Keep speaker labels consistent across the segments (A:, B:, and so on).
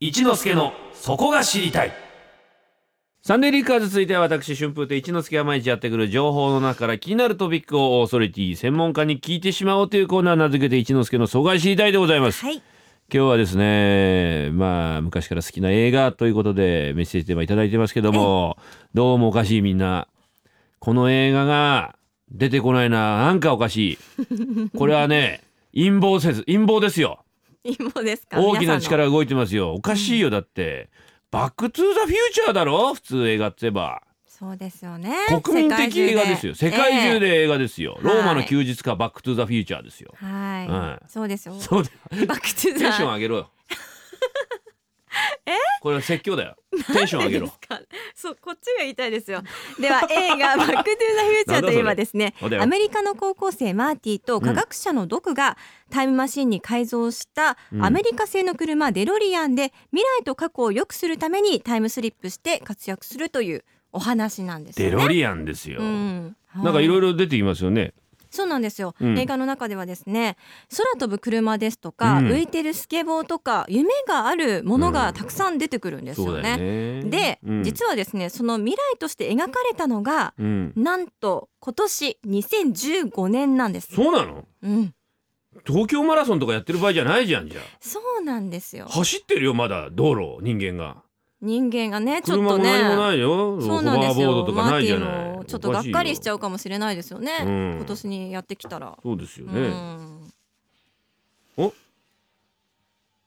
A: 一之助のそこが知りたいサンデーリッカーズ続いては私春風亭一之輔が毎日やってくる情報の中から気になるトピックをオーソリティ専門家に聞いてしまおうというコーナー名付けて一之輔の疎外知りたいでございます、
B: はい。
A: 今日はですねまあ昔から好きな映画ということでメッセージテーマいただいてますけど もどうもおかしいみんなこの映画が出てこないななんかおかしいこれはね陰謀せず陰謀ですよ
B: 芋ですか。
A: 大きな
B: 皆さんの。
A: 力が動いてますよおかしいよだって、バック・トゥ・ザ・フューチャーだろ普通映画って言えば
B: そうですよね。
A: 国民的映画ですよ世界中
B: え
A: で映画ですよ、
B: はい
A: ローマの休日かバック・トゥ・ザ・フューチャーですよ、
B: え。はい、
A: は
B: そうですよ。
A: そうだ
B: バックトゥ
A: テンション
B: ザ。
A: 上げ ろよこれは説教だよテンション上げろ
B: ですかそうこっちが言いたいですよでは 映画「バック・トゥ・ザ・フューチャー」といえばですね
A: なんだそれ
B: アメリカの高校生マーティと科学者のドクがタイムマシンに改造した
A: うん
B: アメリカ製の車デロリアンで未来と過去を良くするためにタイムスリップして活躍するというお話なんですよ
A: デ
B: ね。
A: ロリアンですよ、
B: うん、
A: なんかい
B: ろ
A: ろいろ出てきますよね
B: そうなんですよ、
A: うん
B: 映画の中ではですね空飛ぶ車ですとか、
A: うん
B: 浮いてるスケボーとか夢があるものがたくさん出てくるんです
A: そう
B: よ
A: だよね
B: ね。で、
A: うん、
B: 実はですねその未来として描かれたのが
A: うん、
B: なんと今年2015年なんです。
A: そうなの
B: うん、
A: 東京マラソンとかやってる場合じゃないじゃんじゃ
B: そうなんですよ
A: あ。走ってるよまだ道路人間が
B: 人間がねちょっ
A: 車
B: と
A: も
B: ね
A: 何もないよ
B: そうなんです
A: ホバーボード
B: よ
A: と
B: マ
A: かな
B: ー
A: い
B: テ
A: じ
B: ィ
A: ゃ
B: ン
A: ない
B: もちょっとがっかりしちゃ
A: う
B: うかもしれないですよね、
A: うん
B: 今年にやってきたら。
A: そうですよ
B: う
A: ね、
B: ん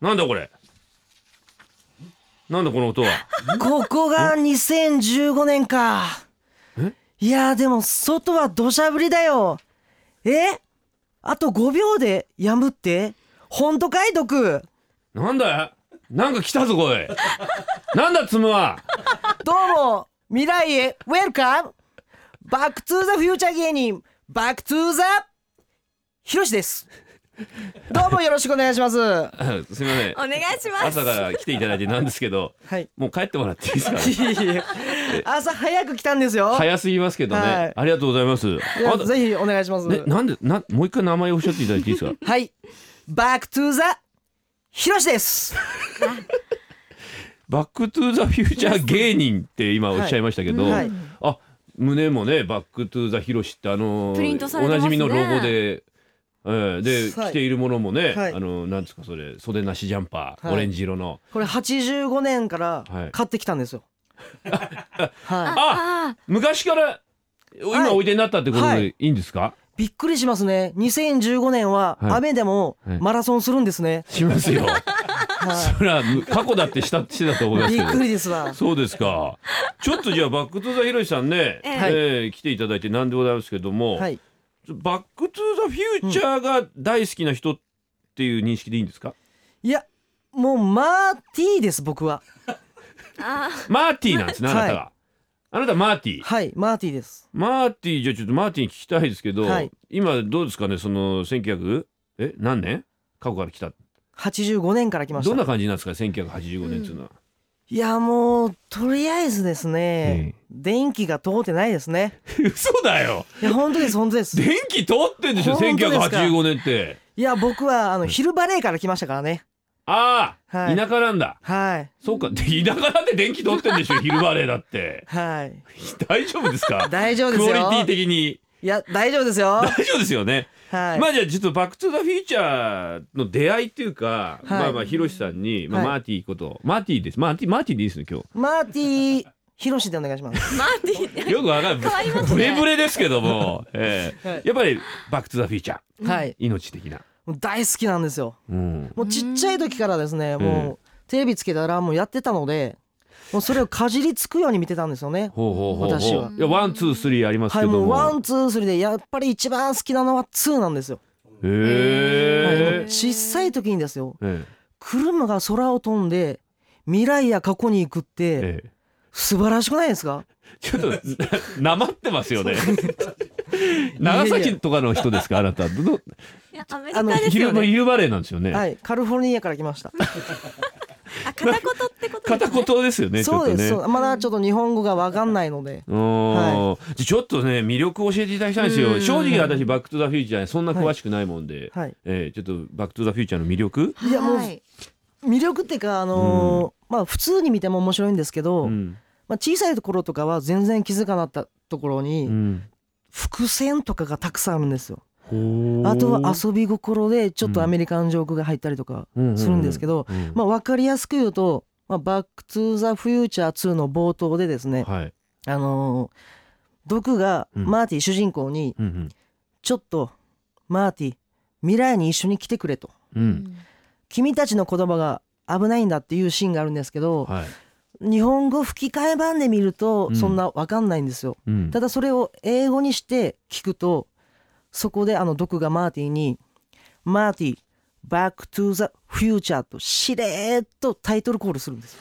A: なんだこれなんだこの音は
C: ここが2015年か
A: え。
C: いやーでも外は土砂降りだよ。えあと5秒でやむって本当かい毒
A: なんだなんか来たぞこい なんだつむは
C: どうも未来へウェルカムバックトゥーザフューチャー芸人バックトゥーザヒロシです。どうもよろしくお願いします。は
A: あすいません
B: お願いします。
A: 朝から来ていただいてなんですけど
C: い。
A: もう帰ってもらっていいで すか
C: いえいえ朝早く来たんですよ。
A: 早すぎますけどね、
C: はい
A: ありがとうございます
C: いや
A: あと
C: ぜひお願いします。
A: ね、なんでなもう一回名前をおっしゃっていただいていいですか
C: はい。バックトゥーザヒロシです。
A: バックトゥザフューチャー芸人って今おっしゃいましたけど、
C: はい。
A: あ胸もねバックトゥザヒロシってあの
B: プリントされ
A: お
B: て
A: な
B: ます
A: じ
B: ね
A: みのロゴで、えーで、
C: はい
A: 着ているものもね、
C: はい
A: あのなんですかそれ袖なしジャンパー、
C: はい
A: オレンジ色の
C: これ85年から
A: はい
C: 買ってきたんで すよ。は
A: あ
B: あ
A: 昔から今おいでになったってこと
C: はい
A: でいいんですか、
C: い。びっくりしますね。2015年は
A: はい
C: 雨でも
A: はい
C: マラソンするんですね。
A: します よ
C: は
A: そりゃむ過去だってしたしてたと思いま
C: い。
A: す
C: び
A: け
C: っく
A: ど
C: りですわ。
A: そうですかちょっとじゃあバックトゥザヒロシさんね、え
B: ええ
A: ー来ていただいてなんでございますけども、
C: はい。
A: バックトゥザフューチャーが大好きな人っていう認識でいいんですか、
C: いや、もうマーティーです僕は。
B: ー あ
A: マーティーなんですねあなたが、
C: は
A: あなたマーティー
C: はい、マーティーです。
A: マーティーじゃあちょっとマーティーに聞きたいですけど、
C: はい
A: 今どうですかねその1900え何年過去から来た
C: 85年から来まし
A: どん
C: た。
A: な感じなんですか1985年っていうのは、
C: いやもうとりあえずですね、電気が通ってないですね。
A: 嘘だよ
C: いや本当です本当です。い
A: 電気通ってんでしょ
C: 本当ですか
A: 1985年って
C: や僕はあの昼バレーから来ましたからね。
A: ああ、
C: はい
A: 田舎なんだ
C: はい
A: そうかで田舎なんて電気通ってんでしょ昼バレーだって
C: はい。
A: 大丈夫ですか
C: 大丈夫です
A: クオ
C: よ。
A: リティ的に
C: いや大丈夫ですよ
A: 大。丈夫ですよね、
C: はい。
A: まあじゃあちょっと「バック・トゥ・ザ・フューチャー」の出会いっていうか、
C: はい
A: まあまあヒロシさんに、まあ、
C: はい
A: マーティーことマーティーですマーティーマーティーでいいですね今日
C: マーティーヒロシでお願いします。
B: ーマーテ ィ ー
A: よくわかる。
B: 変わりますね
A: ブレブレですけども、ええ
C: はい
A: やっぱりバックトゥザフューチャー、
C: はい。
A: 命的な。
C: もう大好きなんですよ。
A: うん。
C: もうちっちゃい時からですね、
A: ん
C: もうテレビつけたらもうやってたので、もうそれをかじりつくように見てたんですよね。
A: ほうほうほうほう。
C: 私はい
A: やワンツースリーあります
C: は
A: け
C: い、
A: ど
C: もう
A: も。
C: ワンツースリーでやっぱり一番好きなのはツーなんですよ。はいもう
A: へえ。
C: 小さい時にですよ。
A: え
C: 車が空を飛んで未来や過去に行くっ
A: え
C: て
A: ええ
C: 素晴らしくないですか？
A: ちょっとななまってますよね。長崎とかの人ですかあなた。どの
B: いやアメリ
C: あ
B: カ
C: の
B: ですよ
A: 昼の
B: ね
A: 昼バレーなんですよね。
C: はい、カリフォルニアから来ました。
B: あ片言ってこと
A: 片
B: ですね
A: 言ですよね。ちょっ
C: そう
A: と
C: です。
A: ね。
C: そうまだちょっと日本語がわかんないので。
A: うーんじゃあちょっとね魅力を教えていただきたいんです
B: う
A: よ
B: ん
A: 正直私バック・トゥ・ザ・フューチャーにそんな詳しくないもんで、
C: はい。
A: ええちょっとバック・トゥ・ザ・フューチャーの魅力
C: いやもう
B: はい
C: 魅力っていうかあのーまあ普通に見ても面白いんですけど、
A: うん
C: まあ、小さいところとかは全然気づかなかったところ
A: う
C: に
A: ん
C: 伏線とかがたくさんあるんですよ。
A: ほー
C: あとは遊び心でちょっとアメリカンジョークが入ったりとか
A: ううう
C: するんですけど、
A: うん
C: まあ、分かりやすく言うと「まあ、バック・トゥ・ザ・フューチャー2」の冒頭でですね、
A: はい
C: あのー毒が
A: うん
C: マーティ主人公に
A: うんうん
C: 「ちょっとマーティ未来に一緒に来てくれ」と
A: う
B: うんん
C: 「君たちの言葉が危ないんだ」っていうシーンがあるんですけど
A: はい
C: 日本語吹き替え版で見る
A: う
C: と
A: ん
C: そんな分かんないんですよ。
A: うん
C: ただそれを英語にして聞くとそこであの毒がマーティに「マーティバック・トゥ・ザ・フューチャー」としれーっとタイトルコールするんですよ、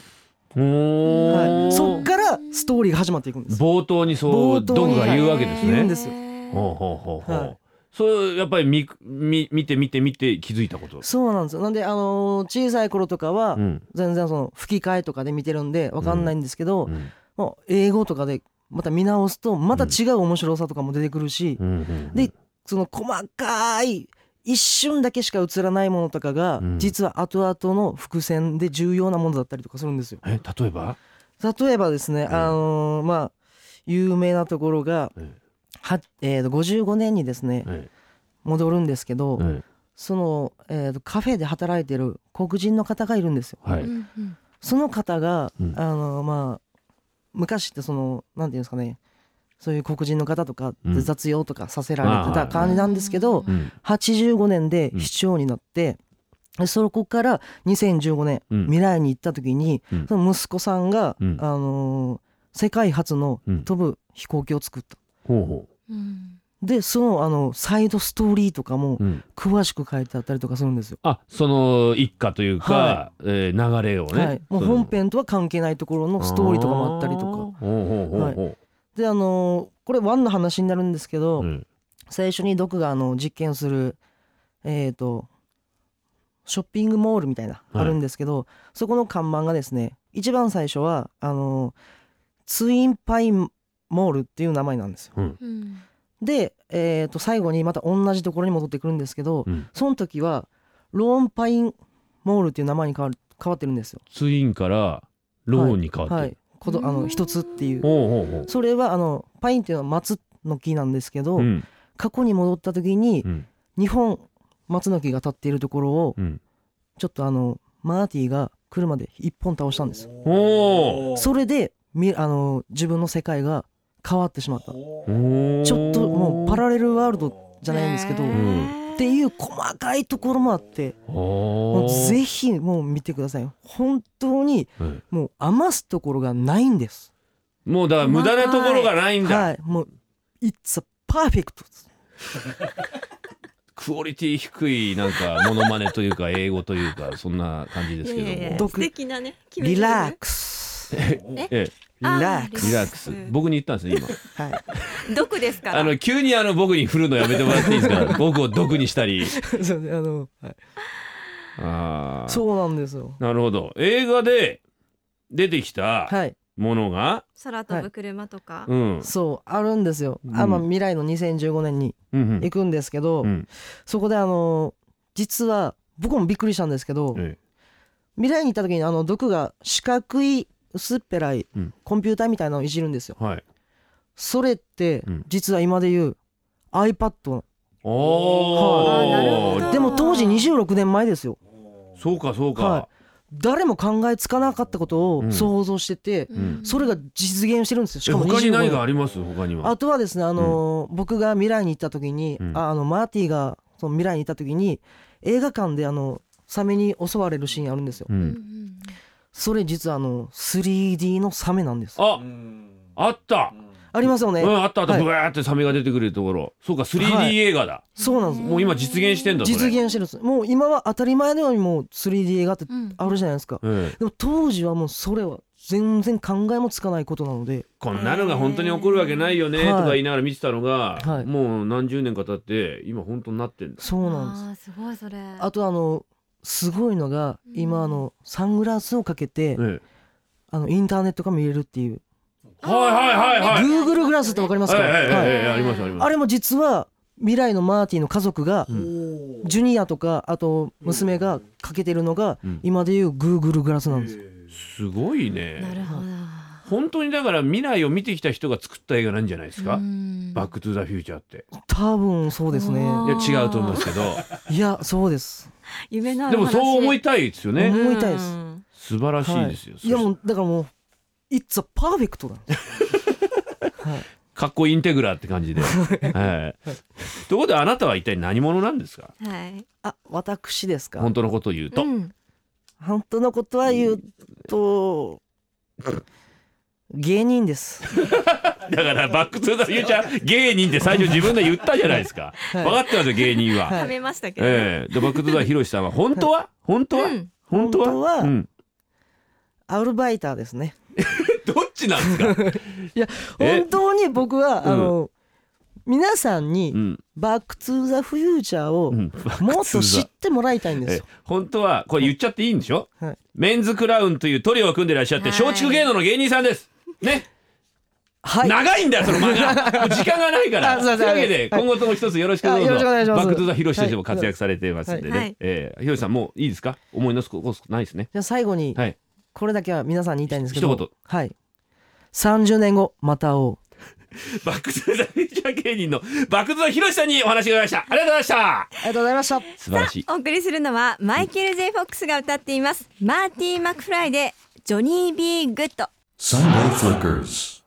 A: ほー
C: はい、そっからストーリーが始まっていくんです
A: 冒頭にそう
C: 冒頭
A: ド
C: に
A: グが言うわけです
C: 言うん
A: ね
C: ですよ
A: ほうほうほうほう、
C: はい
A: そうやっぱり見見見て見て見て気づいたこと
C: そうなんですよなんであのー小さい頃とかは
A: うん
C: 全然その吹き替えとかで見てるんでわかんないんですけど、
A: うん
C: もう英語とかでまた見直すとまた違う面白さとかも出てくるし、
A: うんうん
C: でその細かい一瞬だけしか映らないものとかが、
A: うん
C: 実は後々の伏線で重要なものだったりとかするんですよ。
A: え例えば、
C: 例えばですね、
A: ん
C: あのーまあ有名なところが、
A: え
C: はえーと55年にですね
A: え
C: 戻るんですけど、
A: え
C: その、えーとカフェで働いてる黒人の方がいるんですよ。
A: はい、
B: うんうん
C: その方が、
A: うん
C: あのまあ昔ってそのなんていうんですかねそういう黒人の方とか
A: うん
C: で雑用とかさせられ
A: あー
C: て
A: は
C: た
A: い
C: 感じなんですけど、
B: うん
A: うん
C: 85年で
A: うん
C: 市長になって、でそこから2015年、
A: うん
C: 未来に行った時に、
A: うん
C: その息子さんが、
A: うん
C: あのー世界初の
A: うん
C: 飛ぶ飛行機を作った。
A: ほうほ
B: うん
C: でそのあのサイドストーリーとか
A: う、
C: も
A: うん、
C: 詳しく書いてあったりとかするんですよ。
A: あその一家というか、
C: は
A: えー流れをね、
C: はい、もう
A: その
C: 本編とは関係ないところのストーリーとかもあったりとか。
A: あーほうほうほうほう
C: であのこれワンの話になるんですけ
A: う
C: ど、
A: ん
C: 最初にドクがあの実験するえっ、とショッピングモールみたいな、
A: はい
C: あるんですけどそこの看板がですね一番最初はあのツインパイモールっていう名前なんですよ。
A: うん
B: うん
C: で、えー、と最後にまた同じところに戻ってくるんですけど、
A: うん
C: その時はローンパインモールっていう名前に変わる変わってるんですよ。
A: ツインからローンに変わってる、
C: はい、こどあ
B: う
C: の
B: ん
C: 一つっていう
A: ほうほうほう
C: それはあのパインっていうのは松の木なんですけど、
A: うん
C: 過去に戻った時に
A: うん
C: 日本松の木が立っているところを
A: うん
C: ちょっとあのマーティが車で一本倒したんですよ
A: ほう
C: それでみあの自分の世界が変わってしまったち
A: ほう
C: ょっともうパラレルワールドじゃないんですけど、
B: へー
C: っていう細かいところもあっても
A: も
C: うぜひもう見てください本当にもう余すところがないんです
A: もうだから無駄なところがないんだ、
C: はいもう It's a perfect
A: クオリティ低いなんかモノマネというか英語というかそんな感じですけども
B: いやいやいや
C: 毒
B: 素敵なね
C: リラッ
B: ク
C: クス
A: ええ
C: リラックス
A: リラックス僕に言ったんですね今
C: はい
B: 毒ですから
A: あの急にあの僕に振るのやめてもらっていいです か僕を毒にしたり
C: そうねあの、はい
A: あー
C: そうなんですよ
A: なるほど映画で出てきた
C: はい
A: ものが、
B: 空飛ぶ車とか、
A: うん
C: そうあるんですよ、
A: うん
C: あまあ、未来の2015年に
A: うんうん
C: 行くんですけど、
A: うん
C: そこであの実は僕もびっくりしたんですけど、
A: え
C: 未来に行った時にあの毒が四角い薄っぺらい
A: うん
C: コンピューターみたいなのをいじるんですよ
A: えはい
C: それって
A: うん
C: 実は今で言う iPad
A: お
B: あーなるほ
A: ー
B: ど
C: でも当時26年前ですよ
A: そうかそうか、
C: は誰も考えつかなかったこと
A: うん
C: を想像してて、
A: うん
C: それが実現してるんですよし
A: え
C: かも
A: 他に
C: 25
A: 何
C: 年
A: があります他には
C: あとはですね、あのー僕が未来に行った時に、
A: うん
C: ああのマーティがその未来に行った時に映画館であのサメに襲われるシーンあるんですよ。
A: う
B: うんうん
A: ん、
B: うん
C: それ実はあの 3D のサメなんです。あ
A: ああった、
C: りますよね。
A: うん、あったあった、
C: はい
A: ブワーってサメが出てくるところそうか 3D 映画だ、
C: そうなんです。
A: もう今実現してんだそれ
C: 実現してるんです。もう今は当たり前のようにもう 3D 映画って
B: うん
C: あるじゃないですか。
A: ええ
C: でも当時はもうそれは全然考えもつかないことなので、
A: こんなのが本当に起こるわけないよね
C: ええ
A: とか言いながら見てたのが、
C: はい
A: もう何十年か経って今本当になってんだ
C: そうなんです。
B: あーすごいそれ
C: あとあのすごいのが今あのサングラスをかけて
A: え
C: あのインターネットが見れるっていう
A: はいはいはいはい
B: あー
C: Google グラスってわかりま
A: え
C: すか、
A: えええええ
C: はい
A: ええありますあります
C: あれも実は未来のマーティの家族が、
A: ん
D: おー
C: ジュニアとかあと娘がかけてるのが、
A: うん
C: 今でいうグーグルグラスなんですよ、
A: すごい
B: な
A: ね
B: るほど。
A: 本当にだから未来を見てきた人が作った映画なんじゃないですか、
B: うん
A: バック・トゥ・ザ・フューチャーって
C: 多分そうですね
B: うわ
A: いや違うと思いますけど
C: いやそうです
B: 夢のあ
A: で
B: る
A: も
B: 話
A: そう思いたいですよね、
C: うん思いたいです
B: うん
A: 素晴らしいですよ、
C: はい、いや
A: そ
C: も
A: し
C: うだからもう「It's a perfect」なんです、はい、
A: かっこインテグラって感 じではいところであなたは一体何者なんですか
B: はい。
C: あ私ですか
A: 本当のことを言うと、
B: うん
C: 本当のことは言うと芸人です
A: だからバック・トゥ・ザ・フューチャー芸人って最初自分で言ったじゃないですか、
C: は
A: 分
C: い
A: かってますよ芸人は、
C: はい
B: 食べましたけど。
A: ええでバック・トゥ・ザ・ヒロシさんは本当は本当は、
B: うん
A: 本当は
C: 本当は
A: うん、
C: アルバイターですね
A: どっちなんですか、
C: いや
A: え
C: 本当に僕は
A: うん
C: あの、皆さん
A: う
C: に
A: ん
C: 「バック・トゥ・ザ・フューチャー」を
A: うん、
C: もっと知ってもらいたいんで
A: え
C: す
A: え
C: よ。
A: 本当はこれ言っちゃっていいんでしょ、
C: はい
A: メンズクラウンというトリオを組んでらっしゃって
B: はい
A: 松竹芸能の芸人さんですね、
C: はい、
A: 長いんだよその間 がもう時間がないから
C: あすい
A: とい
C: ません
A: うわけで
C: はい
A: 今後とも一つよろしくどうぞ
C: あよろしくお願いしま
A: バ
C: す
A: ック・トゥ・ザ・ヒロシとしても活躍されてますんでね、
B: はい
A: ええヒロシさんもういいですか思い出すことないですね
C: じゃあ最後に
A: はい
C: これだけは皆さんに言いたいんですけど
A: ひ一言
C: はい30年後また会おう
A: バック・トゥ・ザ・フューチャー芸人のバック・トゥ・ザ・ヒロシさんにお話を伺いましたありがとうございました
C: ありがとうございました
A: 素晴らしい
B: お送りするのはマイケル・ J ・フォックスが歌っていますマーティー・マクフライでジョニー・ビー・グッド
E: Sunday Flickers.